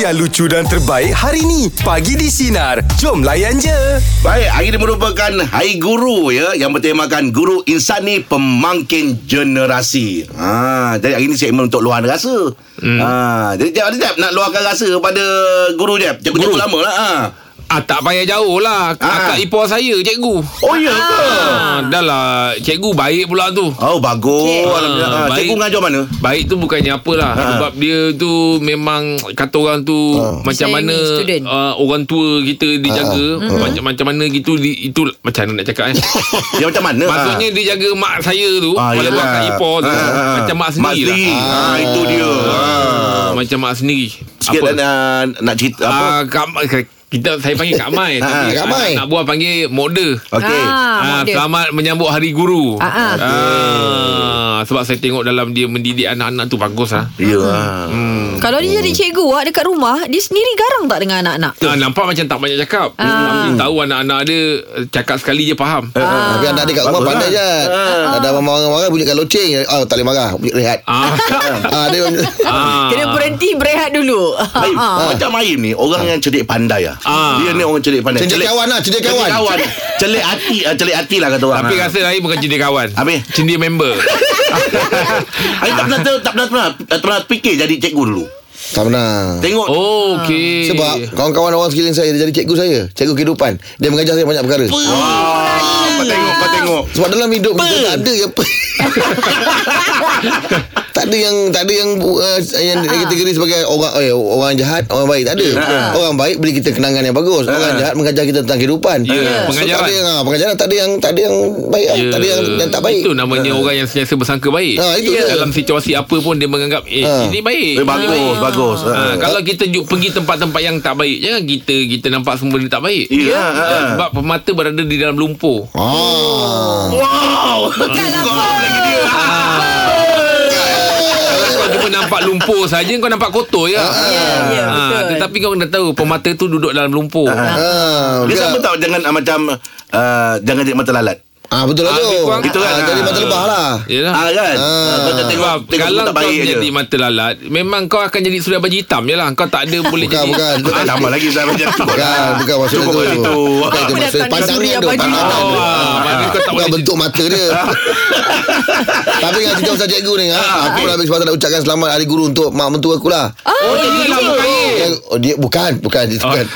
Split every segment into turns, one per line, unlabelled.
yang lucu dan terbaik hari ni. Pagi di Sinar. Jom layan je.
Baik, hari ini merupakan Hari Guru ya yang bertemakan Guru Insani Pemangkin Generasi. Ha, jadi hari ini segmen untuk luahan rasa. Hmm. Ha, jadi Jeb, ada Jeb nak luahkan rasa kepada guru Jeb. Cikgu-cikgu lama lah. Ha.
Ah, tak payah jauh lah
Ah.
Kakak ipar saya Cikgu
Oh, ya ke?
ah, Dah lah Cikgu baik pula tu
Oh, bagus.
Okey.
Alhamdulillah. Ha,
Baik.
cikgu ngajar mana?
Baik tu bukannya apalah
Ah.
Sebab dia tu Memang Kata orang tu Macam
Saya
mana
ni student.
uh, Orang tua kita
Ah.
dijaga macam, macam mana gitu di, Itu Macam mana nak cakap eh
Dia macam mana? Ha.
Maksudnya dia jaga mak saya tu
Ah,
Walaupun
yelah.
kakak ipar tu
Ah, ah, ah.
Macam mak
Mak
sendiri
sendiri.
lah
Ha, itu dia. Ha.
Ah, Macam mak sendiri
Sikit dan, ah, nak cerita apa?
Ah, Kak Mai- kita saya panggil Kak Mai tapi
Ah, Kak
Kak
Mai.
Mai nak buat panggil Mokda.
Okey.
Ah, selamat menyambut Hari Guru.
Ah, ah.
Ah, sebab saya tengok dalam dia mendidik anak-anak tu bagus ah.
Ya. ah.
Kalau dia jadi cikgu ah dekat rumah, dia sendiri garang tak dengan anak-anak?
Ah, nampak macam tak banyak cakap.
Ah.
Tapi tahu anak-anak dia eh, cakap sekali je faham.
Ah. Tapi anak dia kat rumah
Bagus
pandai
lah.
je. Ada mama marah-marah bunyikan loceng. Oh, tak boleh marah. Bunyi rehat.
Ah.
Ah, dia
ah.
Kena berhenti berehat dulu. Ah.
Baim,
Ah.
macam Baim ni orang yang celik pandai lah.
Ah.
Dia ni orang celik pandai.
Celik kawan lah, celik kawan.
Celik kawan. celik hati, ah, celik hati lah kata orang.
Tapi
Ah.
rasa lain bukan cindir kawan.
Habis?
Cindir member.
Saya tak pernah tak pernah pernah, tak pernah fikir jadi cikgu dulu.
tak benar.
Tengok oh.
Oh, okey.
Sebab kawan-kawan orang sekeliling saya dia jadi cikgu saya, cikgu kehidupan. Dia mengajar saya banyak perkara.
Ah, Kau tengok Kau tengok
Sebab dalam hidup kita tak ada yang pe- tak ada yang tak ada yang uh, yang kategori sebagai orang eh, orang jahat, orang baik tak ada.
Ah.
Orang baik beri kita kenangan yang bagus. Orang
Ah.
jahat mengajar kita tentang kehidupan.
Ya,
So, tak
pengajaran. Ya.
ada yang ah, pengajaran tak ada yang tak ada yang baik, ah. tak ada yang, yang tak baik. Ya.
Itu namanya orang yang sentiasa bersangka baik. Ya,
Ah, itu dia.
Dalam situasi apa pun dia menganggap eh
Ah.
ini baik.
Eh, Bagus Bagus
Ha, kalau kita ju- pergi tempat-tempat yang tak baik Jangan kita kita nampak semua benda tak baik
Ya
Ah, Sebab pemata berada di dalam lumpur
Ah.
Oh.
Wow
Bukanlah
Kau
apa.
lagi dia
Kalau kau cuma nampak lumpur saja Kau nampak kotor ya
Ya, ya,
Ah,
betul.
Tetapi kau dah tahu Pemata tu duduk dalam lumpur ha,
Ah,
Dia
bukan.
sama tak dengan ah, macam ah, Jangan jadi mata lalat
Ah betul lah
Ah,
tu.
lebih kurang-
Itu kan.
Ah, jadi mata lebah lah.
Yelah
Ah
Ah.
kan Ah, Kau tak
Ya.
tengok
Sebab
Tengok
kalau
tak
kau
baik je
menjadi mata lalat Memang kau akan jadi suria baju hitam je lah lah Kau tak ada boleh
Bukan,
jadi
bukan.
Ah, Lama lagi saya macam tu
Bukan, Ya, bukan maksud
Cukup kat
itu.
situ.
Bukan itu
Aku
maksud
datang
pandangan
duri
tu.
apa juga.
Pandangan
Oh,
tu.
ah, maknanya kau tak
Bukan
boleh
bentuk mata dia. Tapi kalau cerita pasal cikgu ni,
Ah,
ha, aku nak ambil kesempatan nak ucapkan selamat hari guru untuk mak mentua aku lah.
Oh, dia lah berkain
Yang, oh, dia bukan, bukan, dia bukan.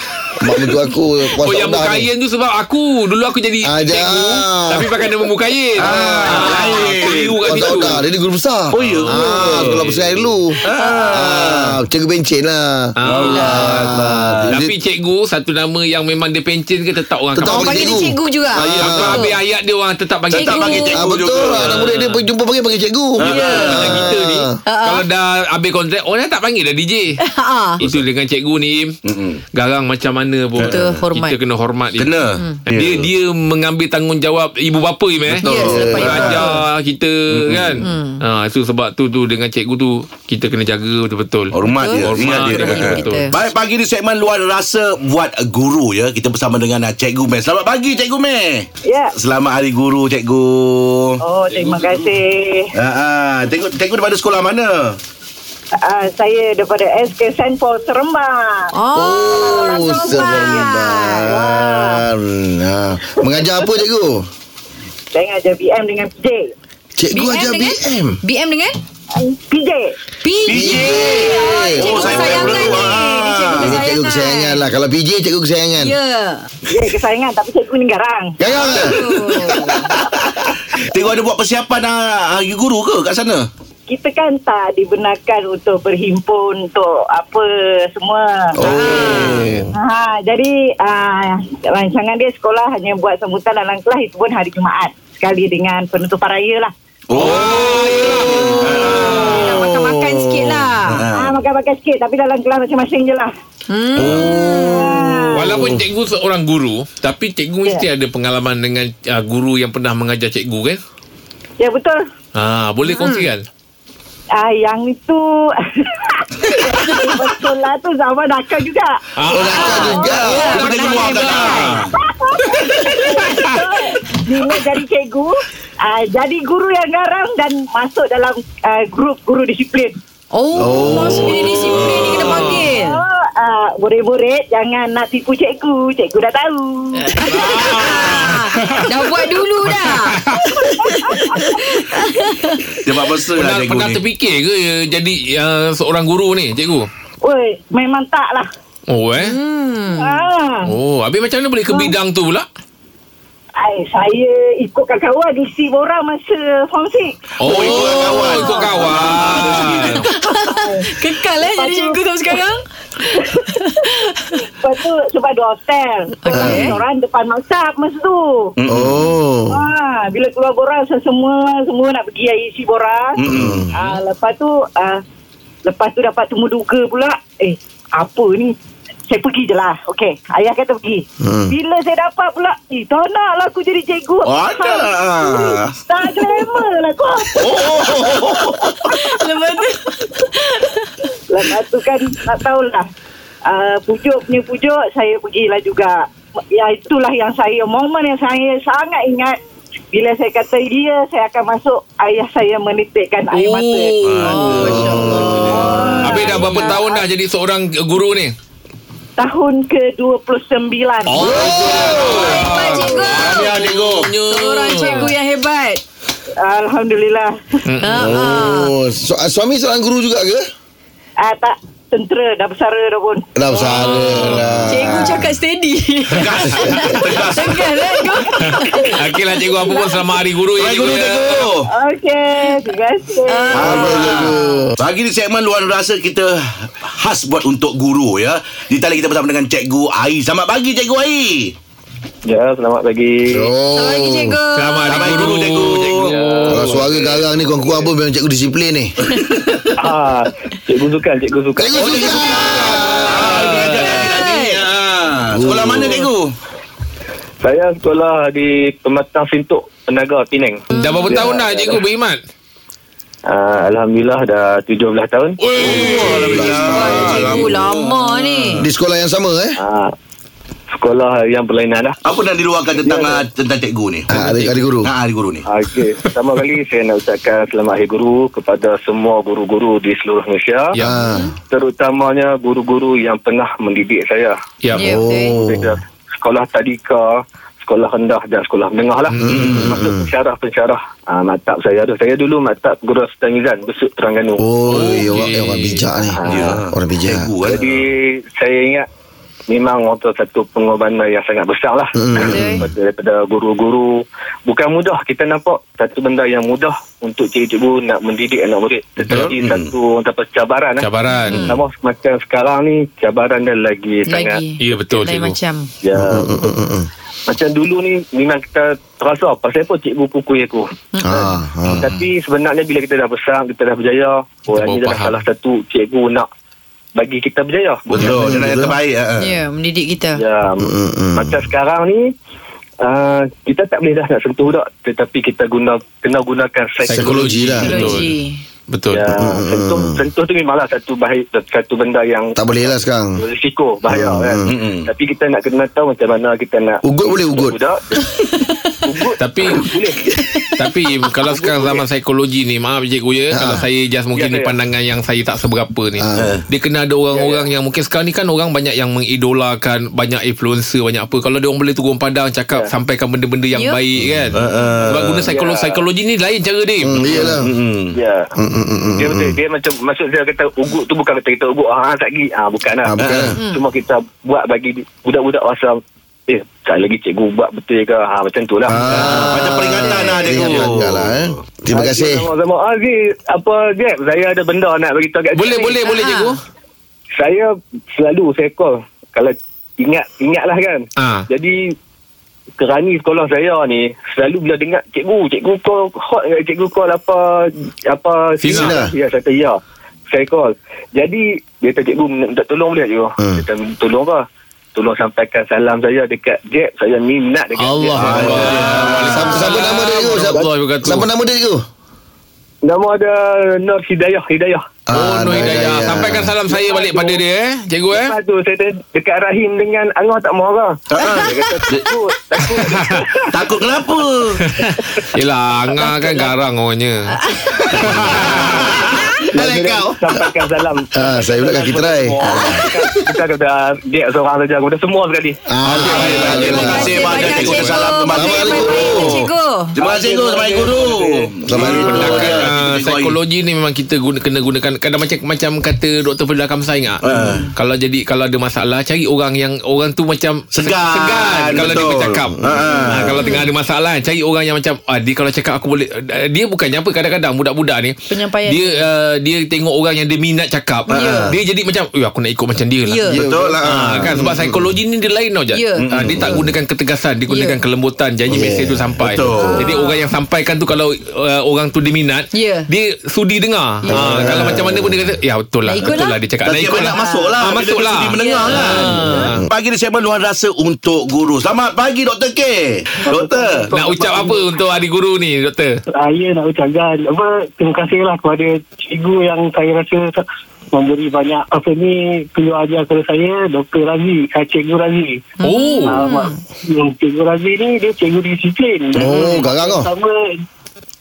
Mak mentua aku kuasa
Oh yang
Allah ni.
berkain tu sebab aku Dulu aku jadi
Ah,
cikgu
jangan.
Tapi pakai nama mukain ah,
berkain.
Keliru kat
Kuasa
situ
Allah, dia ni guru besar.
Oh, ya.
Ah, sekolah besar dulu. Ah, cikgu bencin lah.
Ah. Alah.
Alah.
Tapi cikgu Satu nama yang memang dia pencen ke Tetap orang
Tetap
kampung.
Orang panggil dia cikgu juga.
Ah, ya, Sampai habis ayat dia orang tetap panggil
Tetap panggil cikgu
Ah, betul
juga.
lah. Anak murid dia pergi jumpa panggil panggil cikgu.
Ya, macam kita ni
Ah.
Kalau dah habis kontrak Orang tak panggil dah DJ
Ha.
Itu dengan cikgu ni Garang macam mana pun
Betul, hormat.
Kita kena hormat dia
Kena
Dia dia mengambil tanggungjawab ibu bapa ni eh.
Ya, selepas ibu
Belajar kita kan.
Mm.
Ha itu sebab tu tu dengan cikgu tu kita kena jaga betul-betul.
Hormat dia
Hormat
Ingat dia
dengan
Hormat
betul.
kita.
Baik pagi di segmen luar rasa buat guru ya. Kita bersama dengan ah, Cikgu Meh. Selamat pagi Cikgu Meh.
Ya.
Selamat hari guru Cikgu.
Oh, terima kasih.
Ha ah, cikgu cikgu daripada sekolah mana?
Uh, saya daripada SK Senpol Seremban.
Oh,
Oh,
orang
sebentar. Ha. Mengajar apa cikgu?
Saya ngajar BM dengan PJ.
Cikgu ajar BM.
BM dengan
Uh, PJ.
PJ.
Eh,
Cikgu
Oh, saya
kesayangan
baru-
ni. Ni
Ah.
Ini cikgu kesayangan lah. Kalau PJ cikgu kesayangan.
Ya.
Ya, kesayangan. Tapi cikgu ni garang.
Garang lah.
Cikgu ada buat persiapan ah, hari guru ke kat sana?
Kita kan tak dibenarkan untuk berhimpun untuk apa semua.
Oh.
Ha, jadi uh, rancangan dia sekolah hanya buat sambutan dalam kelas itu pun hari Jumaat. Sekali dengan penutupan raya lah.
Nak makan-makan sikit lah.
Ah, makan-makan sikit tapi dalam kelas masing-masing je lah.
Walaupun cikgu seorang guru, tapi cikgu
Ya.
mesti ada pengalaman dengan uh, guru yang pernah mengajar cikgu kan?
Ya betul.
Ha boleh
Hmm.
kongsikan.
Ah, yang itu betul lah tu zaman nakal juga.
Ah, oh,
Nakal
Ya,
juga.
Kau tengok luar tak
Bila jadi cikgu, ah, jadi guru yang garang dan masuk dalam ah, grup guru disiplin.
Oh, oh. maksudnya disiplin ni kena panggil.
Oh, ah, nak murid-murid jangan nak tipu cikgu. Cikgu dah tahu.
Ah, dah buat dulu dah.
Sebab besar lah
Pernah,
cikgu
pernah
ni.
terfikir ke uh, jadi uh, seorang guru ni, cikgu?
Oi, memang tak lah.
Oh eh.
Hmm.
Ah.
Oh, habis macam mana boleh ke bidang tu pula?
Ai, saya ikut kawan-kawan isi borang masa form 6.
Oh, ikut kawan. Ikut
Ah, ya,
kawan.
Kekal eh jadi cikgu sampai sekarang.
Lepas tu sebab dua hotel. Okay. Orang depan maksab masa tu.
Oh.
Ha, bila keluar borang semua semua nak pergi air isi borang.
Mm-mm.
Ha, lepas tu uh, lepas tu dapat temu duga pula. Eh, apa ni? Saya pergi je lah. Okey, ayah kata pergi.
Hmm.
Bila saya dapat pula, eh tak nak lah aku jadi cikgu.
Oh, Ada. lah.
Ha, tak glamour lah kau.
Lepas tu.
Lepas tu kan nak tahulah. Uh, pujuk punya pujuk saya pergilah juga. Ya itulah yang saya momen yang saya sangat ingat bila saya kata ya saya akan masuk ayah saya menitikkan air mata.
Oh. Habis dah berapa tahun dah jadi seorang guru ni?
Tahun ke-29.
Oh.
Hebat cikgu.
Ya, cikgu.
Seorang cikgu yang hebat.
Alhamdulillah.
Hmm.
Ah, ah.
Oh, su- suami seorang guru juga ke?
Ah tak tentera dah bersara dah pun.
Dah besar dah.
Oh. Cikgu cakap steady. Tegas. Tegas eh kau.
Okeylah lah, cikgu apa pun selamat hari guru ya
Baik guru
ya.
cikgu.
Okey, terima kasih.
Abang cikgu.
Ah. Pagi di segmen luar rasa kita khas buat untuk guru ya. Di tali kita bersama dengan Cikgu Ai. Selamat pagi Cikgu Ai.
Ya, selamat pagi.
Oh.
Selamat pagi cikgu.
Selamat
Selamat
hari
hari
guru.
guru, cikgu. Cikgu.
Kalau suara garang ni Kurang-kurang apa Memang cikgu disiplin ni
Ah, cikgu sukan, cikgu sukan.
Cikgu suka
Ah, dia ajak kami tadi. Ah, Sekolah mana cikgu?
Saya sekolah di Pematang Sintok, Penaga, Penang.
Dah berapa
Ya,
tahun dah cikgu beriman?
Ah, Alhamdulillah dah 17 tahun.
Cikgu Oh, lama ni.
Di sekolah yang sama eh
Ah, sekolah yang berlainan lah.
Apa nak diluahkan tentang ah, tentang cikgu ni?
Ah, Ada ada guru
Ha, hari guru ni.
Ah, Okey, pertama kali saya nak ucapkan selamat Hari Guru kepada semua guru-guru di seluruh Malaysia.
Ya.
Ah.
Terutamanya guru-guru yang pernah mendidik saya.
Ya.
Ya, betul.
Oh
Saya dah sekolah tadika, sekolah rendah dan sekolah menengah lah. Hmm. Masuk pensyarah-pensyarah. Ah, matap saya tu. Saya dulu matap Guru Setamizan, Besut Terengganu.
Oh,
Okey.
eh, orang, eh, orang bijak ni.
Ya.
Orang bijak.
Ah. Cikgu kan.
Jadi saya ingat memang waktu satu pengorbanan yang sangat besar lah
Hmm.
Betul.
daripada, daripada guru-guru bukan mudah kita nampak satu benda yang mudah untuk cikgu-cikgu nak mendidik anak murid tetapi
Hmm.
Betul.
satu orang kata cabaran lah
Cabaran.
sama macam sekarang ni cabaran dia lagi, sangat
Lagi.
Ya betul
Lain
cikgu.
macam.
ya
Hmm. Mm,
macam dulu ni memang kita terasa pasal apa cikgu pukul aku
Ah, ah.
Tapi sebenarnya bila kita dah besar, kita dah berjaya, orang ni
baru
adalah
faham.
salah satu cikgu nak bagi kita berjaya.
Ya, Betul, dia nak yang terbaik. ah, ah.
Ya, mendidik kita.
Ya,
Mm-mm.
macam sekarang ni Uh, kita tak boleh dah nak sentuh dah tetapi kita guna kena gunakan psikologi.
Psikologi lah.
Teknologi.
Betul.
Ya, sentuh sentuh tu memanglah satu bahaya satu benda yang
Tak boleh lah sekarang.
berisiko bahaya
Mm,
kan.
mm.
Tapi kita nak kena tahu macam mana kita nak
Ugut boleh ugut.
budak. ugut
Tapi
boleh.
Tapi kalau sekarang zaman psikologi ni Maaf cikgu ya ha. Kalau saya just mungkin
Ya,
ni
ya.
pandangan yang saya tak seberapa ni Eh.
Ah.
Dia kena ada orang-orang
ya.
yang Mungkin sekarang ni kan orang banyak yang mengidolakan Banyak influencer Banyak apa Kalau dia orang boleh turun padang Cakap sampaikan benda-benda yang
Ya.
baik kan
ah.
Sebab guna psikologi,
Ya.
psikologi ni lain cara dia
Hmm, iyalah.
Mm-mm.
Ya.
Hmm, hmm, hmm, hmm,
Dia betul. Dia macam maksud saya kata ugut tu bukan kata kita ugut ah tak gi. Ah bukan lah.
Ah, bukan lah.
Mm.
Ah, Cuma kita buat bagi di- budak-budak rasa eh tak lagi cikgu buat betul ke ha macam tu lah.
Ah,
Macam peringatan lah cikgu.
Ingat pelanggar lah eh. Terima kasih.
Ah, Sama-sama. Aziz, apa Jeb? Saya ada benda nak beritahu kat
Boleh
sini.
boleh boleh
Ah.
cikgu
Saya selalu saya call. Kalau ingat, ingatlah kan.
Ah.
Jadi, kerani sekolah saya ni, selalu bila dengar, cikgu, cikgu call hot ke? Cikgu call apa, apa,
Sina.
Ya, saya kata ya. Saya call. Jadi, dia kata cikgu minta tolong boleh cikgu?
Hmm.
Dia kata tolong apa? Tolong sampaikan salam saya dekat Jeb. Saya minat dekat Ah.
Allah
Ah,
Jeb.
Allah
ya, Siapa, siapa nama dia tu? Siapa,
Allah berkata.
siapa nama dia tu?
Nama ada Nur Hidayah. Hidayah.
Oh
Ah, ya,
Nur Hidayah Sampaikan salam saya balik pada dia eh Cikgu eh
Lepas tu saya tanya, dekat Rahim dengan Angah tak mau Angah. Dia kata takut, takut.
Takut kenapa?
Yelah Angah kan garang
Ah,
orangnya
Alah kau.
Sampaikan salam.
Ah, saya pula kaki terai.
Sampaikan Bukan kepada dia seorang saja Kepada semua sekali
Ah,
Terima kasih
Terima
banyak
kasih
Cikgu
banyak,
Salam
Cikgu.
Terima kasih Cikgu
Baik-baik, Cikgu.
Terima kasih Cikgu Selamat hari guru
Selamat hari guru.
Ah,
Kan, uh,
Cikgu Koi.
psikologi ni memang kita guna, kena gunakan kadang macam macam kata Dr. Firda Kamsai ngak.
Ah.
Kalau jadi kalau ada masalah cari orang yang orang tu macam se-
Segan,
segan kalau dia
betul.
bercakap.
Ah.
Ha, kalau tengah ada masalah cari orang yang macam ah, dia kalau cakap aku boleh ah, dia bukannya apa kadang-kadang budak-budak ni
Penyampaian.
dia uh, dia tengok orang yang dia minat cakap.
Ya.
Dia jadi macam "Ui, aku nak ikut macam dia lah.
Ya.
Betul lah
Ah, kan sebab psikologi ni dia lain tau Jad.
Ya.
Ah, dia tak
Hmm.
gunakan ketegasan, dia gunakan
Ya.
kelembutan. Janji mesej tu sampai.
Betul.
Jadi orang yang sampaikan tu kalau uh, orang tu diminat,
Ya.
dia sudi dengar. Ah, kalau macam mana pun dia kata, ya betul lah,
Nak ikut
betul
lah.
lah dia cakap.
Tak tiap nak masuk lah
Ah, masuk
Bila dia
lah.
sudi mendengar
Ya.
kan Pagi di segmen luar rasa untuk guru Selamat pagi Dr. K Doktor
Nak ucap apa untuk hari guru ni, doktor?
saya nak ucapkan apa terima kasihlah kepada cikgu yang saya rasa tak- memberi banyak apa ni keluar ajar kepada saya Dr. Razi uh, Cikgu Razi
Hmm.
Oh.
Ah, mak- yang Cikgu Razi ni dia cikgu disiplin
Oh, garang kau.
sama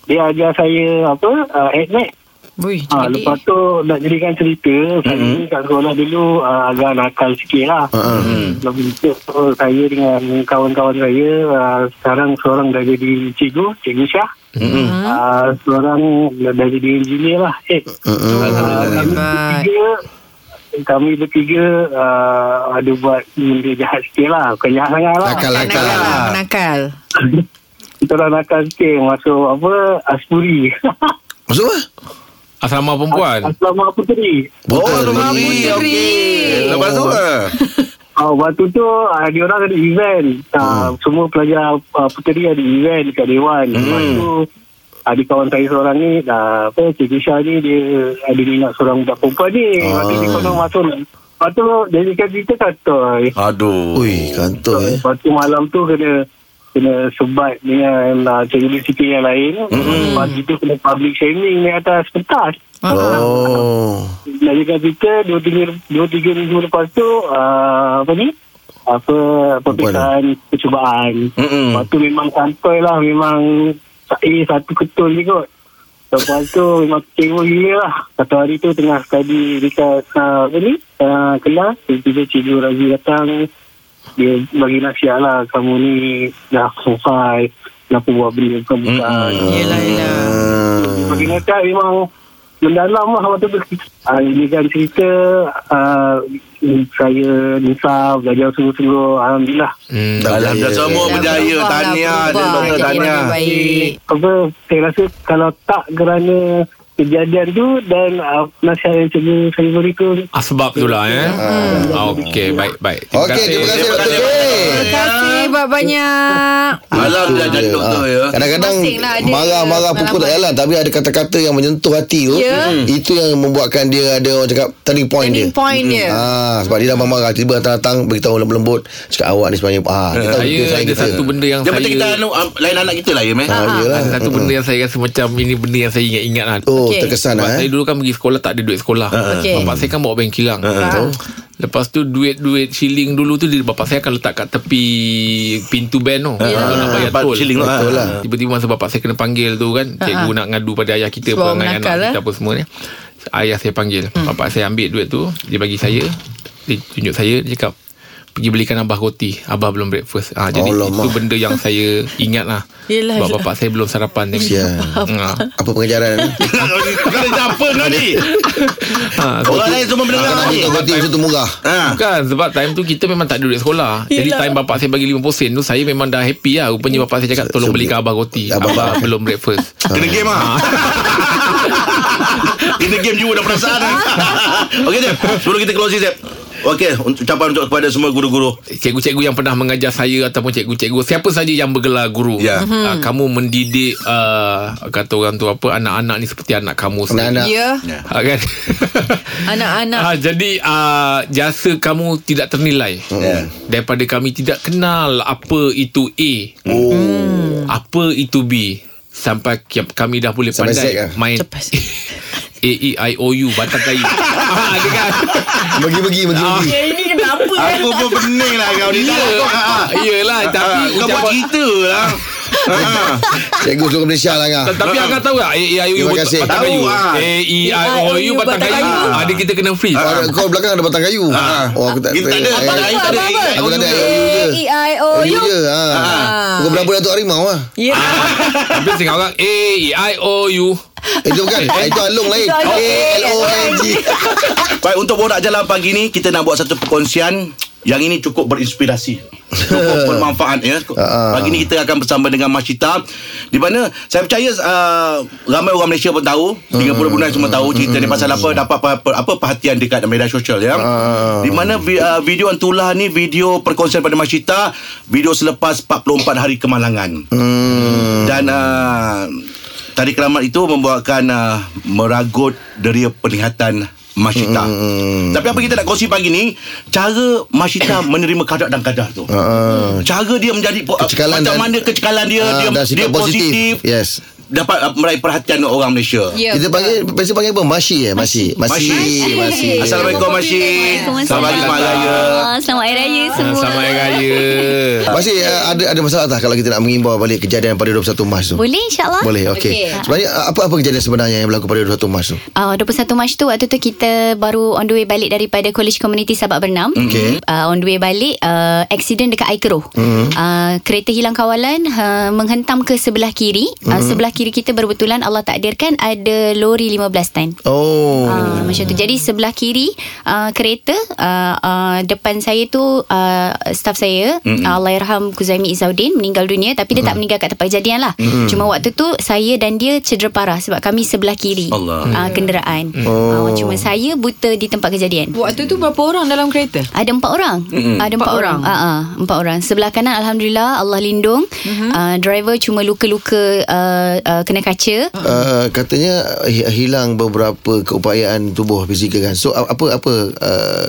dia ajar saya apa uh, admit
Wih,
Ha,
jadi.
lepas tu nak jadikan cerita Saya
Mm-hmm.
ni kat sekolah dulu uh, Agak nakal sikit lah
Ah,
mm-hmm. Lepas tu so, saya dengan kawan-kawan saya uh, Sekarang seorang dah jadi cikgu Cikgu Syah mm-hmm.
Ah.
uh, Seorang dah, dah jadi engineer lah eh, uh,
Mm-hmm.
Kami
Hebat.
bertiga Kami bertiga uh, Ada buat benda jahat sikit lah Bukan jahat sangat lah
Nakal, nakal.
Nakal lah, menakal.
Kita dah nakal sikit Masuk apa Aspuri
Maksud apa?
Asrama
Ah.
perempuan.
Asrama Puteri
Oh,
Puteri.
Puteri okey. Lepas tu ah.
Oh, waktu tu uh, dia orang ada event. Uh, Semua pelajar uh, puteri ada event dekat Dewan. Hmm. Lepas tu adik kawan saya seorang ni, uh, apa, Cikgu Syah ni dia ada minat seorang budak perempuan ni. Lepas tu dia konon masuk. Lepas tu dia cakap cerita kantoi.
Aduh.
Ui, kantor eh.
Lepas tu malam tu kena kena sebat dengan uh, cikgu disiplin yang lain. Hmm. Lepas tu kita kena public shaming di atas pentas.
Oh.
Nak cakap cerita dua tiga dua tiga minggu lepas tu uh, apa ni? Apa peperiksaan percubaan.
Mm-mm.
Lepas tu memang kantoi lah memang eh satu ketul je kot. Lepas tu memang kecewa gila lah. Satu hari tu tengah study dekat uh, apa ni? Uh, kelas tiba-tiba cikgu Razi datang dia bagi nasihat lah kamu ni dah selesai kenapa buat benda bukan-bukan
Mm-mm.
Yelah, yelah.
bagi nasihat memang mendalam lah waktu tu. Uh, ini kan cerita uh, saya Nisa belajar sungguh-sungguh. Alhamdulillah.
Hmm.
Alhamdulillah semua
Dah
berjaya.
berubah lah,
Tahniah dan
berubah.
doktor
Jadi
tahniah.
lebih Baik.
Apa, saya rasa kalau tak kerana kejadian tu dan uh, nasihat yang cikgu saya beri tu
Ah, sebab tu lah eh.
Hmm.
Okey, baik baik. Terima
Okey, terima kasih
Terima
Dr. K.
kasih.
Terima kasih banyak.
Alhamdulillah jadi doktor
Ah,
ya.
Kadang-kadang
Masing-masing lah ada
marah-marah pukul tak jalan tapi ada kata-kata yang menyentuh hati tu.
Hmm.
Hmm.
Ya.
Itu yang membuatkan dia ada orang cakap turning point
Turning
dia.
Hmm.
point dia.
Ah, sebab dia dah marah-marah tiba datang beritahu lembut-lembut cakap awak ni sebenarnya
Eh,
ah dia tahu
Saya
dia sayang
ada
kita.
satu benda yang
Dia
saya
macam kita anu, ah, lain anak kita lah ya, meh.
Ah, yelah.
ada satu benda yang saya rasa macam ini benda yang saya ingat-ingat lah.
Oh,
Okey.
terkesan
Sebab
ah.
saya
eh.
dulu kan pergi sekolah tak ada duit sekolah.
Ah.
Okey.
Bapak saya kan bawa bank kilang.
Betul.
Lepas tu duit-duit shilling dulu tu dia bapak saya akan letak kat tepi pintu ban tu.
Ah,
Kalau nak bayar
Pak
tol.
Shiling tu,
Betul
ah.
lah.
Tiba-tiba masa bapak saya kena panggil tu kan, cikgu nak ngadu pada ayah kita
Sebab
perangai
Ah,
anak
menakal, eh. Hmm.
kita apa semua ni. Ayah saya panggil. Bapak saya ambil duit tu, dia bagi saya, dia tunjuk saya, dia cakap pergi belikan abah roti. Abah belum breakfast. Ah jadi
Alamak.
itu benda yang saya ingat lah.
Yelah, Ya.
Sebab
yelah.
bapak saya belum sarapan tadi.
Sian.
Ah.
Apa pengajaran?
Kau ni apa kau ni?
Ah, so
Orang lain semua mendengar ni.
Kau kata itu murah.
lah. Ha.
Bukan sebab time tu kita memang tak ada duit sekolah. Yelah. Jadi
Yelah.
time bapak saya bagi 50 sen tu saya memang dah happy lah. Rupanya bapak saya cakap tolong
So,
belikan abang roti.
abang-
Abang, belum breakfast.
Kena game ah. Kena game jiwa dan perasaan. eh. Okey, Jeb. Sebelum kita closing, Jeb. Okey, ucapan untuk kepada semua guru-guru.
Cikgu-cikgu yang pernah mengajar saya ataupun cikgu-cikgu siapa saja yang bergelar guru.
Ya.
Ah, kamu mendidik ah, kata orang tu apa anak-anak ni seperti anak kamu sendiri.
Anak-anak.
Ya,
Ah, kan?
anak-anak.
Ah, jadi ah, jasa kamu tidak ternilai.
Ah,
Ya.
Daripada kami tidak kenal apa itu A. Oh. Apa itu B. Sampai ki- kami dah boleh
Sampai
pandai
Z lah.
main
Lepas.
A E I O U batang kayu. ah, dia kan.
Bagi-bagi bagi-bagi.
Ya, ini kenapa?
Aku pun pening lah kau ni. Tak
Ya.
lah, kau, ha, ha.
Yelah tapi
Ah, Kau buat
ucapan
cerita lah Ha.
Cikgu seluruh Malaysia lah Angah.
Tapi Angah tahu tak A, E, I, O, U
Terima kasih.
Batang
Tahu,
kayu
ah.
A, E, I, O, U Batang kayu
Ah.
Ada kita kena freeze
Oh, ada- Kau belakang ada batang kayu.
Ah.
Oh, aku tak
Kita tak ada,
eh,
tak ada, tak ada.
Aku tak ada.
A, E, I, O,
Oh,
U.
you je. Ha. Bukan berapa Datuk Harimau lah.
Ya.
Tapi tengok orang A, E, I, O, U
Eh, itu bukan. Eh, Itu Along lain.
Itu Along.
A-L-O-N-G.
Baik untuk borak jalan pagi ni kita nak buat satu perkongsian yang ini cukup berinspirasi. Cukup bermanfaat ya.
Ah.
Pagi ni kita akan bersama dengan Mas Syita di mana saya percaya uh, ramai orang Malaysia pun tahu, Singapura Brunei semua tahu cerita ni pasal apa dapat apa, apa, apa perhatian dekat media sosial ya. Di mana vi, uh, video Antulah ni video perkongsian pada Mas Syita, video selepas 44 hari kemalangan.
Hmm.
Dan uh, tari keramat itu membuatkan uh, meragut deria penglihatan Masyita. Hmm. Tapi apa kita nak kongsi pagi ni, cara Masyita menerima kadar dan kadar tu.
Ah.
Cara dia menjadi po-
Kecekalan
macam
dan-
mana kecekalan dia,
Ah,
dia,
dan
dia
sifat positif. Ya.
positif.
Yes.
Dapat uh, meraih perhatian orang Malaysia.
Ya,
Kita
betul.
panggil, biasa panggil apa? Masih eh? Masih. Masih.
Masih.
Masih.
Assalamualaikum Masyi.
Waalaikumsalam.
Selamat hari Mak Raya.
Ah, Selamat Hari Raya semua.
Sama Hari Raya
Masih uh, ada ada masalah tak kalau kita nak mengimbau balik kejadian pada 21 Mac tu?
Boleh insyaAllah
Boleh,
Okey.
okey. Sebenarnya uh, apa-apa kejadian sebenarnya yang berlaku pada 21 Mac tu?
Uh, 21 Mac tu waktu tu kita baru on the way balik daripada College Community Sabak Bernam.
Okey.
Uh, on the way balik uh, accident dekat Aikro. Mm. Uh, kereta hilang kawalan uh, menghentam ke sebelah kiri. Uh, sebelah kiri kita berbetulan Allah takdirkan ada lori 15 tan.
Oh.
Ah, macam tu. Jadi sebelah kiri uh, kereta uh, uh, depan saya tu uh, staff saya mm-hmm. Allahyarham Kuzaimi Izzaudin meninggal dunia tapi dia tak meninggal kat tempat kejadian lah. Mm-hmm. Cuma waktu tu saya dan dia cedera parah sebab kami sebelah kiri
Allah.
Uh, kenderaan. Oh. Uh, cuma saya buta di tempat kejadian.
Waktu tu berapa orang dalam kereta?
Ada empat orang. Mm-hmm. Ada empat,
Empat
orang.
orang.
Ah, ah, empat orang. Sebelah kanan alhamdulillah Allah lindung. Mm-hmm. Uh, driver cuma luka-luka uh, uh, kena kaca.
Uh, katanya hi- hilang beberapa keupayaan tubuh fizikal kan. So a- apa apa uh,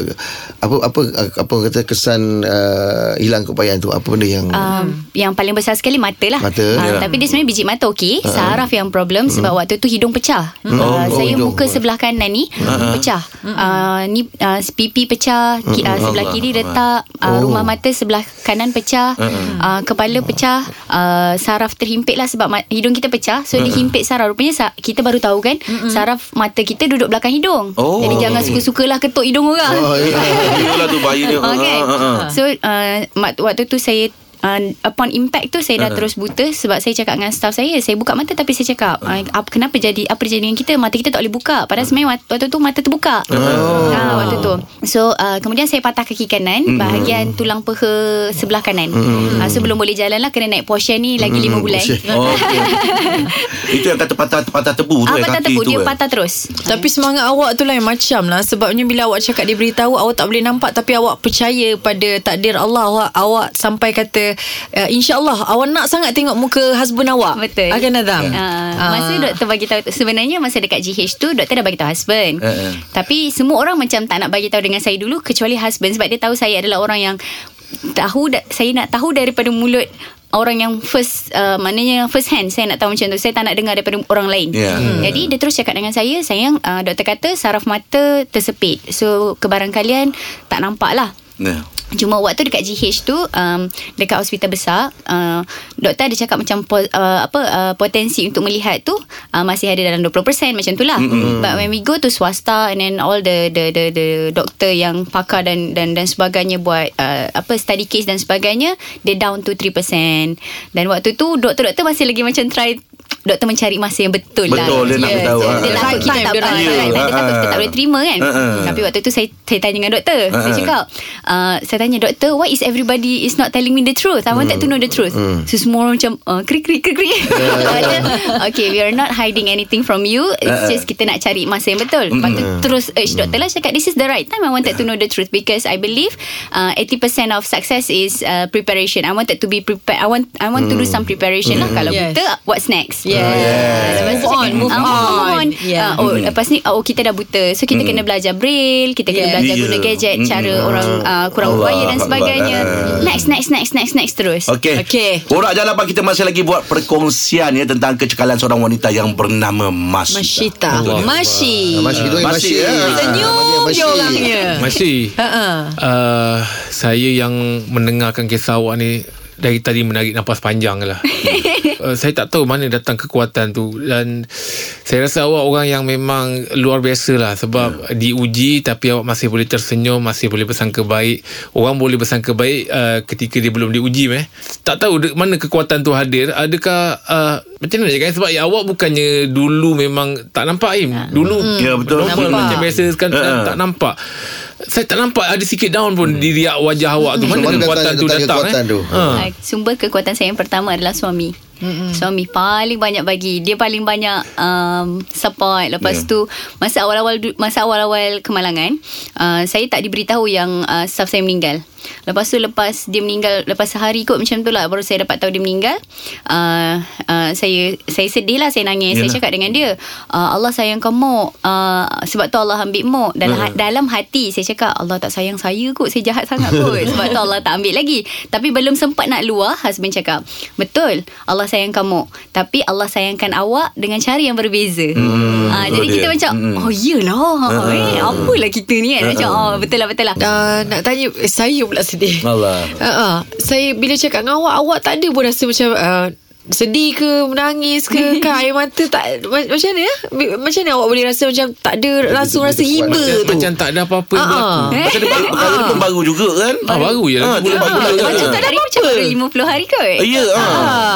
apa apa apa orang kata kesan uh, hilang keupayaan tu? Apa benda yang
Ah.
uh,
Um, yang paling besar sekali mata lah.
Mata.
Ah,
Yalah.
tapi dia sebenarnya biji mata okey. Uh-huh. Saraf yang problem sebab uh-huh. waktu tu hidung pecah. Uh,
Oh, oh,
saya
hidung. Hmm.
muka sebelah kanan ni uh-huh. pecah. Uh, ni uh, pipi pecah, ki,
Hmm.
uh, sebelah kiri retak,
Oh.
uh, rumah mata sebelah kanan pecah,
Hmm.
uh-huh. uh, kepala pecah, uh, saraf terhimpit lah sebab ma- hidung kita pecah. So uh-huh. dia
Hmm.
himpit saraf. Rupanya sa- kita baru tahu kan uh-huh. saraf mata kita duduk belakang hidung.
Oh.
Jadi jangan suka-sukalah ketuk hidung orang.
Oh, ya.
Yolah tu bahaya dia.
Ah, kan?
Ha, ha, ha.
So uh, mak- waktu tu saya Uh, upon impact tu
Ah.
saya dah uh. terus buta sebab saya cakap dengan staff saya saya buka mata tapi saya cakap
Ah.
uh. apa kenapa jadi apa jadi dengan kita mata kita tak boleh buka padahal sebenarnya waktu, waktu tu mata terbuka oh. ha,
Ah.
waktu tu so uh, kemudian saya patah kaki kanan bahagian tulang peha sebelah kanan mm. uh, so belum boleh jalan lah kena naik posyen ni lagi 5 bulan
Oh, okey. Itu yang kata patah patah tebu tu
ah,
eh,
patah
kaki
tebu
tu.
dia
eh.
patah terus
Tapi semangat awak tu lain macam lah Sebabnya bila awak cakap dia beritahu Awak tak boleh nampak Tapi awak percaya pada takdir Allah Awak, awak sampai kata uh, InsyaAllah Awak nak sangat tengok muka husband awak
Betul.
Akan datang Ah.
Uh,
Ah.
masa doktor bagi tahu sebenarnya masa dekat GH tu doktor dah bagi tahu husband.
Eh, eh.
Tapi semua orang macam tak nak bagi tahu dengan saya dulu kecuali husband sebab dia tahu saya adalah orang yang tahu da- saya nak tahu daripada mulut orang yang first uh, maknanya yang first hand saya nak tahu macam tu saya tak nak dengar daripada orang lain
Ya. Hmm.
jadi dia terus cakap dengan saya sayang uh, doktor kata saraf mata tersepit so kebarangkalian tak nampak lah
Ya.
Cuma waktu dekat GH tu um, Dekat hospital besar uh, Doktor ada cakap macam po, uh, apa uh, Potensi untuk melihat tu uh, Masih ada dalam 20% Macam tu lah mm-hmm. But when we go to swasta And then all the The, the, the doktor yang pakar Dan dan dan sebagainya Buat uh, apa study case dan sebagainya Dia down to 3% Dan waktu tu Doktor-doktor masih lagi macam try Doktor mencari masa yang betul, lah
Betul, dia nak
Yeah.
tahu,
Dia
ah.
takut kita tak
Right time,
ah,
dia
right
right.
time. Dia takut kita tak
Ah.
boleh terima kan
Ah, ah.
Tapi waktu tu saya, saya tanya dengan doktor Saya
Ah, ah.
cakap uh, saya tanya doktor why is everybody is not telling me the truth I wanted to know the truth so semua orang macam uh, krik krik krik krik Kata, okay we are not hiding anything from you it's just kita nak cari masa yang betul lepas tu terus urge doktor lah cakap this is the right time I wanted to know the truth because I believe uh, 80% of success is uh, preparation I wanted to be prepared I want I want to do some preparation lah kalau
Yes.
buta what's next Ah,
Yes.
Lepas tu cakap,
Move on, move
ah, move on.
on.
Ah,
Yeah.
oh lepas ni oh kita dah buta so kita kena belajar braille kita kena
Yeah.
belajar
Yeah.
guna gadget cara orang uh, kurang
Allah
upaya dan
Akbar.
sebagainya.
Ah.
Next next next next next terus.
Okey.
Okey.
Borak jalan pagi kita masih lagi buat perkongsian ya tentang kecekalan seorang wanita yang bernama Mas.
Masyita Masyi
Masih hidung
Masih,
masih.
ya.
Senyum je orangnya Ha,
Masih
Ha-ha.
uh, Saya yang mendengarkan kisah awak ni dari tadi menarik nafas panjang lah. uh, saya tak tahu mana datang kekuatan tu dan saya rasa awak orang yang memang luar biasa lah sebab diuji tapi awak masih boleh tersenyum, masih boleh bersangka baik. Orang boleh bersangka baik uh, ketika dia belum diuji meh. Tak tahu de- mana kekuatan tu hadir. Adakah uh, macam mana cakap eh? sebab ya, awak bukannya dulu memang tak nampak Im. Dulu
Ya, betul.
normal
Nampak.
macam biasa kan
Ha.
tak nampak. Saya tak nampak ada sikit down pun di riak wajah awak tu. Mana
Mana
kekuatan
datang-
tu
datang
datang
kekuatan
eh?
tu?
Ha.
Uh, sumber kekuatan saya yang pertama adalah suami. Mm-hmm. Suami paling banyak bagi. Dia paling banyak um, support. Lepas yeah. tu masa awal-awal du- masa awal-awal kemalangan, uh, saya tak diberitahu yang uh, staff saya meninggal. Lepas tu lepas dia meninggal lepas sehari kot macam tu lah baru saya dapat tahu dia meninggal. Uh, uh, saya saya sedih lah saya nangis. Saya
Yalah.
cakap dengan dia, uh, Allah sayang kamu. Uh, sebab tu Allah ambil mu dalam uh. dalam hati saya cakap Allah tak sayang saya kot. Saya jahat sangat kot. sebab tu Allah tak ambil lagi. Tapi belum sempat nak luar, husband cakap, "Betul. Allah sayang kamu. Tapi Allah sayangkan awak dengan cara yang berbeza." Hmm, uh, jadi
betul
kita
dia.
macam,
Hmm. ha.
"Oh iyalah. Uh. Eh, apalah kita ni kan?" Macam, "Oh, betul lah, betul lah."
Uh, nak tanya eh, Saya pula sedih
Allah.
uh-uh. Saya bila cakap dengan awak Awak tak ada pun rasa macam uh, Sedih ke Menangis ke Kan air mata tak ma- Macam mana ya? Bi- Macam mana awak boleh rasa Macam tak ada Langsung rasa
begitu kuat.
hiba
Macam,
tu
macam tak ada apa-apa yang
Ah, ah.
berlaku.
Pasal dia baru, perkara dia pun baru juga kan?
Ah, baru je lah.
Ah, dia baru juga.
Macam
lah.
tak ada
Hari macam
apa-apa.
baru 50 hari kot.
Ya, ah.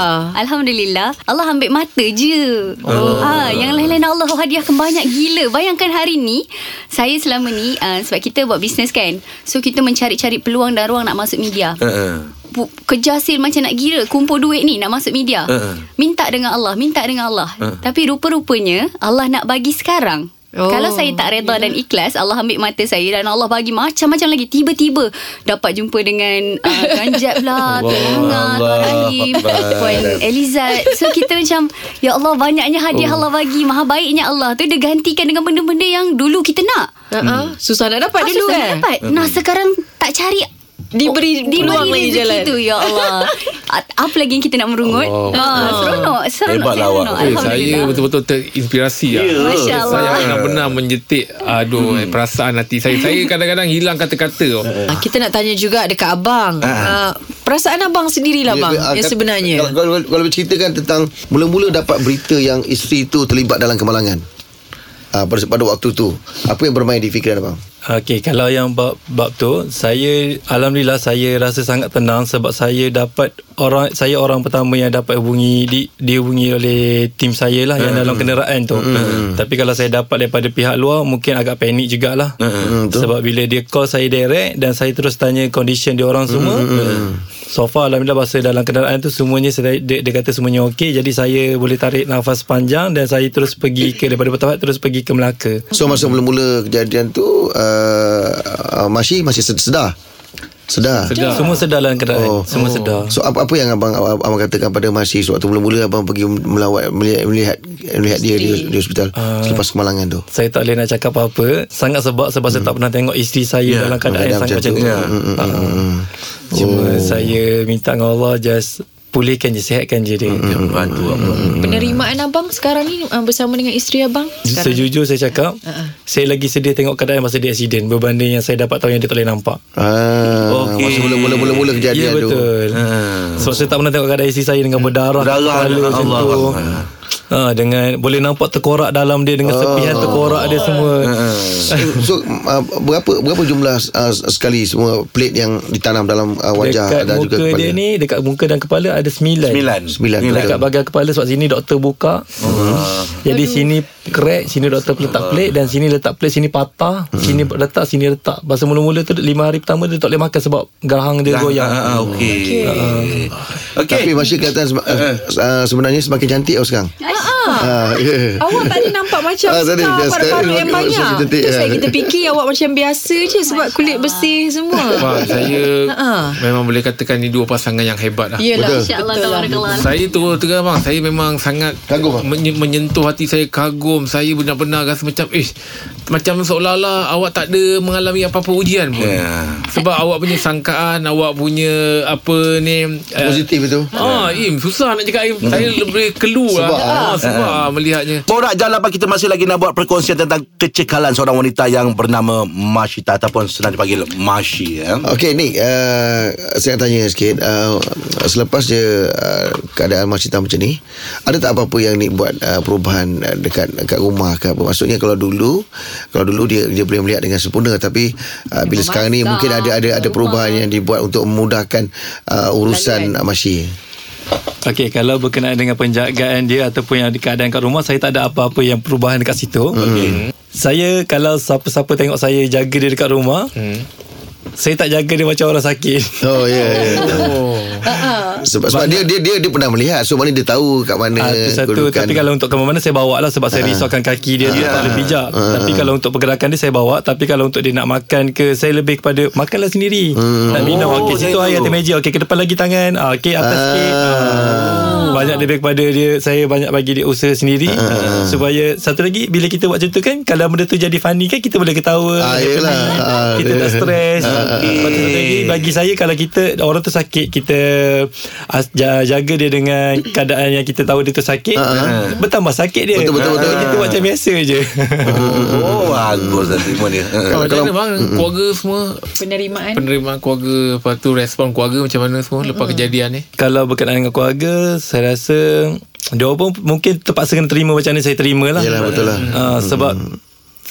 Ah.
Alhamdulillah Allah ambil mata je oh. ha, Yang lain-lain Allah hadiahkan banyak gila Bayangkan hari ni Saya selama ni uh, Sebab kita buat bisnes kan So kita mencari-cari peluang dan ruang nak masuk media
Ah.
Bu- Kerja hasil macam nak gila Kumpul duit ni nak masuk media
Uh-uh.
Minta dengan Allah Minta dengan Allah Tapi rupa-rupanya Allah nak bagi sekarang
Oh. ya.
Oh, Kalau saya tak reda dan ikhlas Allah ambil mata saya Dan Allah bagi macam-macam lagi Tiba-tiba Dapat jumpa dengan uh, Ganjat lah Tuan Hanga Tuan Alim Puan Elizad So kita macam Ya Allah banyaknya hadiah Allah bagi Maha baiknya Allah Tu dia gantikan dengan benda-benda yang Dulu kita nak
Uh-uh. Susah nak dapat Oh,
Ah,
dulu
susah
kan
nak dapat. Nah sekarang tak cari
Diberi
diberi
peluang lagi
Oh, rezeki
jalan.
tu ya Allah. A- Apa lagi yang kita nak merungut?
Allah.
Ha,
Oh.
seronok, seronok.
Hebatlah awak.
seronok.
Eh,
Alhamdulillah.
saya betul-betul terinspirasi lah.
Ya.
Masya Allah.
Saya benar-benar menjetik aduh hmm. perasaan hati saya. Saya kadang-kadang hilang kata-kata. tau.
Ah, kita nak tanya juga dekat abang. Ah. perasaan abang sendirilah bang
Dia- dia-
yang
kat-
sebenarnya.
Kalau, kalau, kalau berceritakan tentang mula-mula dapat berita yang isteri tu terlibat dalam kemalangan. Ah pada, pada waktu tu apa yang bermain di fikiran abang?
Okey, kalau yang bab, bab tu, saya alhamdulillah saya rasa sangat tenang sebab saya dapat orang saya orang pertama yang dapat hubungi di, dihubungi oleh tim saya lah yang dalam kenderaan tu. Tapi kalau saya dapat daripada pihak luar mungkin agak panik jugalah.
Mm, betul.
Sebab bila dia call saya direct dan saya terus tanya condition dia orang semua. So far alhamdulillah bahasa dalam kenderaan tu semuanya saya, dia, dia kata semuanya okey jadi saya boleh tarik nafas panjang dan saya terus pergi ke daripada Petabat terus pergi ke Melaka.
So masa mula-mula kejadian tu uh, uh, Masih masih sed- sedar. Sedar.
Sedar.
Semua sedar dalam kenderaan. Oh. Semua sedar.
So apa apa yang abang abang abang katakan pada Masih waktu mula-mula abang pergi melawat melihat melihat, melihat dia di, di hospital
Ah.
uh, selepas kemalangan tu.
saya tak boleh nak cakap apa-apa sangat sebab sebab
Hmm.
saya tak pernah tengok isteri saya yeah. dalam keadaan
keadaan
yang sangat
macam
macam tu.
tu. Ya. Mm, mm,
Ah. Cuma
Oh.
saya minta dengan Allah just pulihkan je sihatkan je dia.
Ya, Bantu apa.
Hmm.
Penerimaan abang sekarang ni ah, bersama dengan isteri abang sekarang. Ah,
Sejujur saya cakap Saya lagi sedih tengok keadaan Masa dia accident Berbanding yang saya dapat tahu Yang dia tak boleh nampak
Ah,
Okey.
masa mula-mula mula-mula
Ya
kejadian tu.
betul
Ah,
Sebab saya tak pernah tengok keadaan isteri saya Dengan berdarah
Berdarah,
kepala macam
Allah.
tu. Ah, dengan boleh nampak terkorak dalam dia dengan sepihan terkorak dia semua.
ah,
Eh,
So uh, berapa berapa jumlah uh, sekali semua plate yang ditanam dalam uh, wajah
dekat
dan
muka
juga kepala?
dia ni dekat muka dan kepala ada sembilan.
Sembilan.
Sembilan.
Dekat
Betul.
bahagian kepala sebab sini doktor buka. Uh-huh. Jadi sini crack, sini doktor letak plate dan sini letak plate, sini patah, sini letak, sini letak. Pasal mula-mula tu lima hari pertama dia tak boleh makan sebab garang dia goyang.
Ah, ah, Okey. Okey.
Tapi Masya kelihatan sema-
Eh.
uh, uh, sebenarnya semakin cantik tau sekarang.
Ah.
Ah, ya.
Awak tadi nampak macam
Ah,
ah,
tadi,
scar
yes,
pada
tadi
paru yang
nampak
banyak.
macam cantik,
Terus
ya.
saya kita fikir awak macam biasa je sebab kulit bersih semua.
Wah, saya
Ah.
memang boleh katakan ni dua pasangan yang hebat lah.
Yelah.
Betul.
Insya-Allah tabarakallah.
Saya terus terang bang Saya memang sangat
Kagum, bang?
menye- Menyentuh hati saya Kagum Saya benar-benar rasa macam Eh Macam seolah-olah Awak tak ada mengalami apa-apa ujian pun
Ya.
Sebab awak punya sangkaan Awak punya Apa ni eh,
Positif itu.
Ah, Im, susah nak cakap Im. Saya lebih kelu lah.
Sebab,
ah, sebab. ah, melihatnya.
Borak Jalan Abang kita masih lagi nak buat perkongsian tentang kecekalan seorang wanita yang bernama Mashita ataupun senang dipanggil Mashi ya.
Ah.
Okey Nick uh, Saya nak tanya sikit uh, Selepas dia uh, Keadaan Masjid Hitam macam ni Ada tak apa-apa yang Nick buat uh, Perubahan uh, dekat dekat rumah ke apa Maksudnya kalau dulu Kalau dulu dia dia boleh melihat dengan sempurna Tapi uh,
Memasak,
Bila sekarang ni Mungkin ada ada ada perubahan
rumah.
yang dibuat Untuk memudahkan uh, Urusan uh, Masjid
Okey, kalau berkenaan dengan penjagaan dia ataupun yang di keadaan kat rumah, saya tak ada apa-apa yang perubahan dekat situ. Okey. Saya kalau siapa-siapa tengok saya jaga dia dekat rumah, saya tak jaga dia macam orang sakit.
Oh ya yeah, yeah.
Oh.
Sebab, sebab dia, dia dia dia pernah melihat So maknanya dia tahu kat mana
Ah, Itu satu
kedudukan.
Tapi kalau untuk ke mana Saya bawa lah Sebab saya risaukan kaki dia Dia tak boleh bijak
Ah,
Tapi Hmm. kalau untuk pergerakan dia Saya bawa Tapi kalau untuk dia nak makan ke Saya lebih kepada Makanlah sendiri
Hmm.
Nak minum
Oh,
Okey
macam
situ
itu.
air atas meja Okey ke depan lagi tangan Ah, Okey atas sikit
Hmm.
Ah, Banyak lebih kepada dia Saya banyak bagi dia usaha sendiri Ah, Supaya Satu lagi Bila kita buat macam tu kan Kalau benda tu jadi funny kan Kita boleh ketawa kan.
Ah, yelah. Ah,
Kita tak stres
Okey.
Lepas tu satu lagi Bagi saya kalau kita Orang tu sakit Kita ah, ja- Jaga dia dengan Keadaan yang kita tahu Dia tu sakit uh-huh. Bertambah sakit dia
Ah, Betul, betul, betul.
Kalau Kita buat macam biasa je
Oh, bagus dah terima dia.
Kalau Ah, macam mana bang Keluarga semua
Penerimaan
Penerimaan keluarga Lepas tu respon keluarga Macam mana semua Lepas kejadian ni
Kalau berkenaan dengan keluarga Saya rasa Dia pun mungkin Terpaksa kena terima Macam mana saya terima lah
Yelah, betul lah.
Ah, Sebab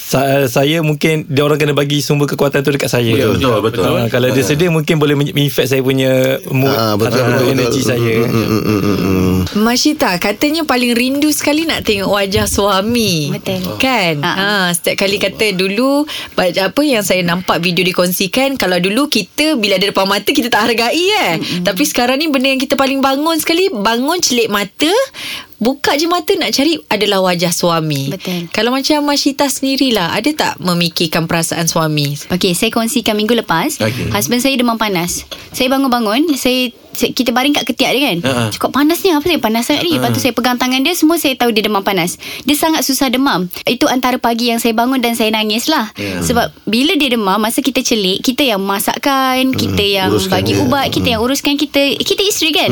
saya, saya mungkin Dia orang kena bagi Sumber kekuatan tu dekat saya
Betul, betul, betul.
Ah, Kalau dia sedih Mungkin boleh men- Infect saya punya Mood
Ah, betul,
Atau
betul,
energi
betul.
saya ya.
Mm, mm, mm, mm.
Mashita katanya paling rindu sekali nak tengok wajah suami.
Betul.
Kan? Ha,
Ha.
setiap kali kata dulu ba- apa yang saya nampak video dikongsikan kalau dulu kita bila ada depan mata kita tak hargai eh. Mm-hmm. Tapi sekarang ni benda yang kita paling bangun sekali bangun celik mata buka je mata nak cari adalah wajah suami.
Betul.
Kalau macam Mashita sendirilah ada tak memikirkan perasaan suami?
Okey, saya kongsikan minggu lepas. Okay.
Okey.
Husband saya demam panas. Saya bangun-bangun, saya saya- kita baring kat ketiak dia kan
Ha-ha.
uh-huh. Cakap panasnya Apa saya panas sangat ni uh-huh. Lepas tu saya pegang tangan dia Semua saya tahu dia demam panas Dia sangat susah demam Itu antara pagi yang saya bangun Dan saya nangis lah yeah. Sebab bila dia demam Masa kita celik Kita yang masakkan Kita yang
Hmm, uruskan
bagi
dia. Hmm.
ubat Kita yang uruskan Kita kita isteri kan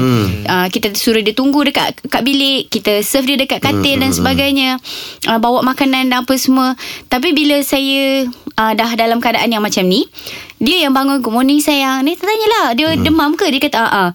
uh, Kita suruh dia tunggu dekat kat bilik Kita serve dia dekat
Hmm,
katil Dan sebagainya uh, Bawa makanan dan apa semua Tapi bila saya uh, Dah dalam keadaan yang macam ni Dia yang bangun Good morning sayang Ni tanyalah
Hmm.
Dia demam ke Dia kata ah ah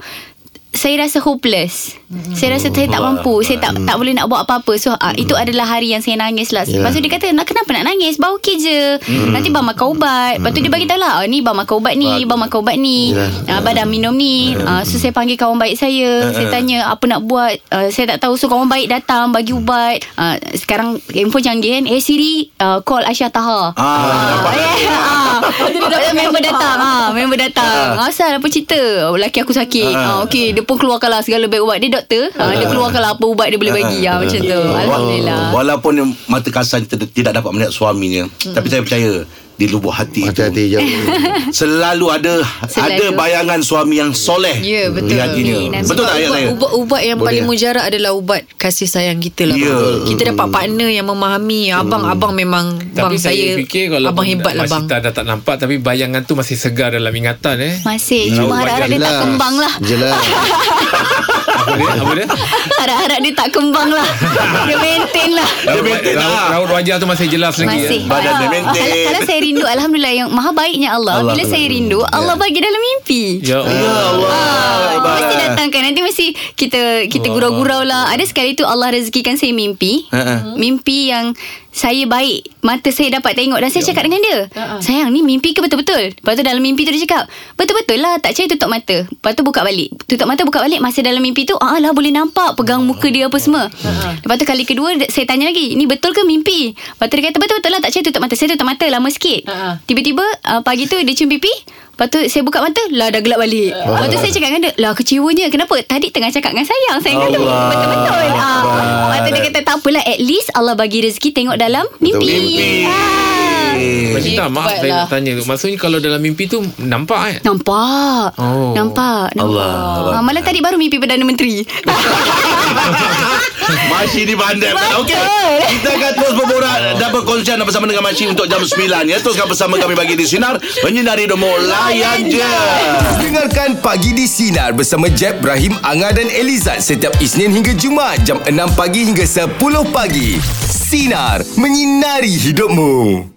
saya rasa hopeless. Saya rasa saya tak mampu, saya tak tak boleh nak buat apa-apa. So ah, itu adalah hari yang saya nangis lah. Lepas tu dia kata, "Nak kenapa nak nangis? Bau okey je. Nanti bang makan ubat." Lepas tu dia bagi tahu lah, "Ah, ni bang makan ubat ni, bang makan ubat ni. Ah, abang dah minum ni." Ah, so saya panggil kawan baik saya, saya tanya apa nak buat. Ah, saya tak tahu. So kawan baik datang bagi ubat. Ah, sekarang handphone canggih kan. Eh Siri, ah, call Aisyah Taha.
Ah, nampak.
Ah, ah, member datang. Ah, member datang. Ah. Asal apa cerita? Laki aku sakit. Ah, okey, dia pun keluarkanlah segala baik ubat dia doktor. Ah, dia keluarkanlah apa ubat dia boleh bagi. Ah, macam tu. Alhamdulillah.
Walaupun mata kasar kita tidak dapat melihat suaminya,
Hmm.
tapi saya percaya di lubuk hati itu
Hati-hati je
selalu ada selalu.
Selalu.
ada bayangan suami yang soleh
Ya, betul.
di hatinya.
Amin.
Betul tak ayat
ubat,
saya?
ubat, ubat yang paling mujarab adalah ubat kasih sayang kita lah.
Ya.
Bang. Kita dapat partner yang memahami. Abang, abang memang
Tapi
bang
saya,
saya.
fikir Kalau
abang hebat lah bang.
Masita dah tak nampak Tapi bayangan tu Masih segar dalam ingatan eh
Masih Cuma
Lawa
harap-harap dia tak
jelas.
kembang lah
Jelas
Apa dia Apa dia
Harap-harap dia tak kembang lah Dia maintain lah
Dia maintain
Raut-
lah.
Raut wajah tu masih jelas lagi
Masih
eh?
Badan dia
Ah.
maintain.
kalau, kalau saya rindu Alhamdulillah yang maha baiknya Allah,
Allah.
Bila saya rindu Allah bagi dalam mimpi
Ya Allah
Ah,
Allah.
mesti datangkan Nanti mesti Kita kita gurau-gurau lah Ada sekali tu Allah rezekikan saya mimpi
Ha-ha.
Mimpi yang Saya baik Mata saya dapat tengok Dan saya cakap dengan dia Sayang ni mimpi ke betul-betul Lepas tu dalam mimpi tu dia cakap Betul-betul lah Tak percaya tutup mata Lepas tu buka balik Tutup mata buka balik Masa dalam mimpi tu ah lah boleh nampak Pegang muka dia apa semua Lepas tu kali kedua Saya tanya lagi Ni betul ke mimpi Lepas tu dia kata Betul-betul lah tak percaya tutup mata Saya tutup mata lama sikit Tiba-tiba ah, Pagi tu dia cium pipi Lepas tu saya buka mata Lah dah gelap balik Lepas tu saya cakap dengan dia Lah kecewanya Kenapa Tadi tengah cakap dengan sayang Sayang kata
Allah.
betul-betul ha. Lepas tu dia kata Tak apalah At least Allah bagi rezeki Tengok dalam mimpi,
Mimpi.
Ah.
Masita maaf
Hebat
saya
lah.
nak tanya tu Maksudnya kalau dalam mimpi tu Nampak eh
Nampak
Oh.
oh. Nampak Nampak
Allah.
Ah, Malah tadi baru mimpi Perdana Menteri
Masih di bandar Okey Kita akan terus berborak Dan berkongsian bersama dengan Masih Untuk jam 9 ya Teruskan bersama kami bagi di Sinar Menyinari Demo Layan Je
Dengar
Dengarkan Pagi di Sinar bersama Jeb, Ibrahim, Anga dan Elizad setiap Isnin hingga Jumaat jam 6 pagi hingga 10 pagi. Sinar, menyinari hidupmu.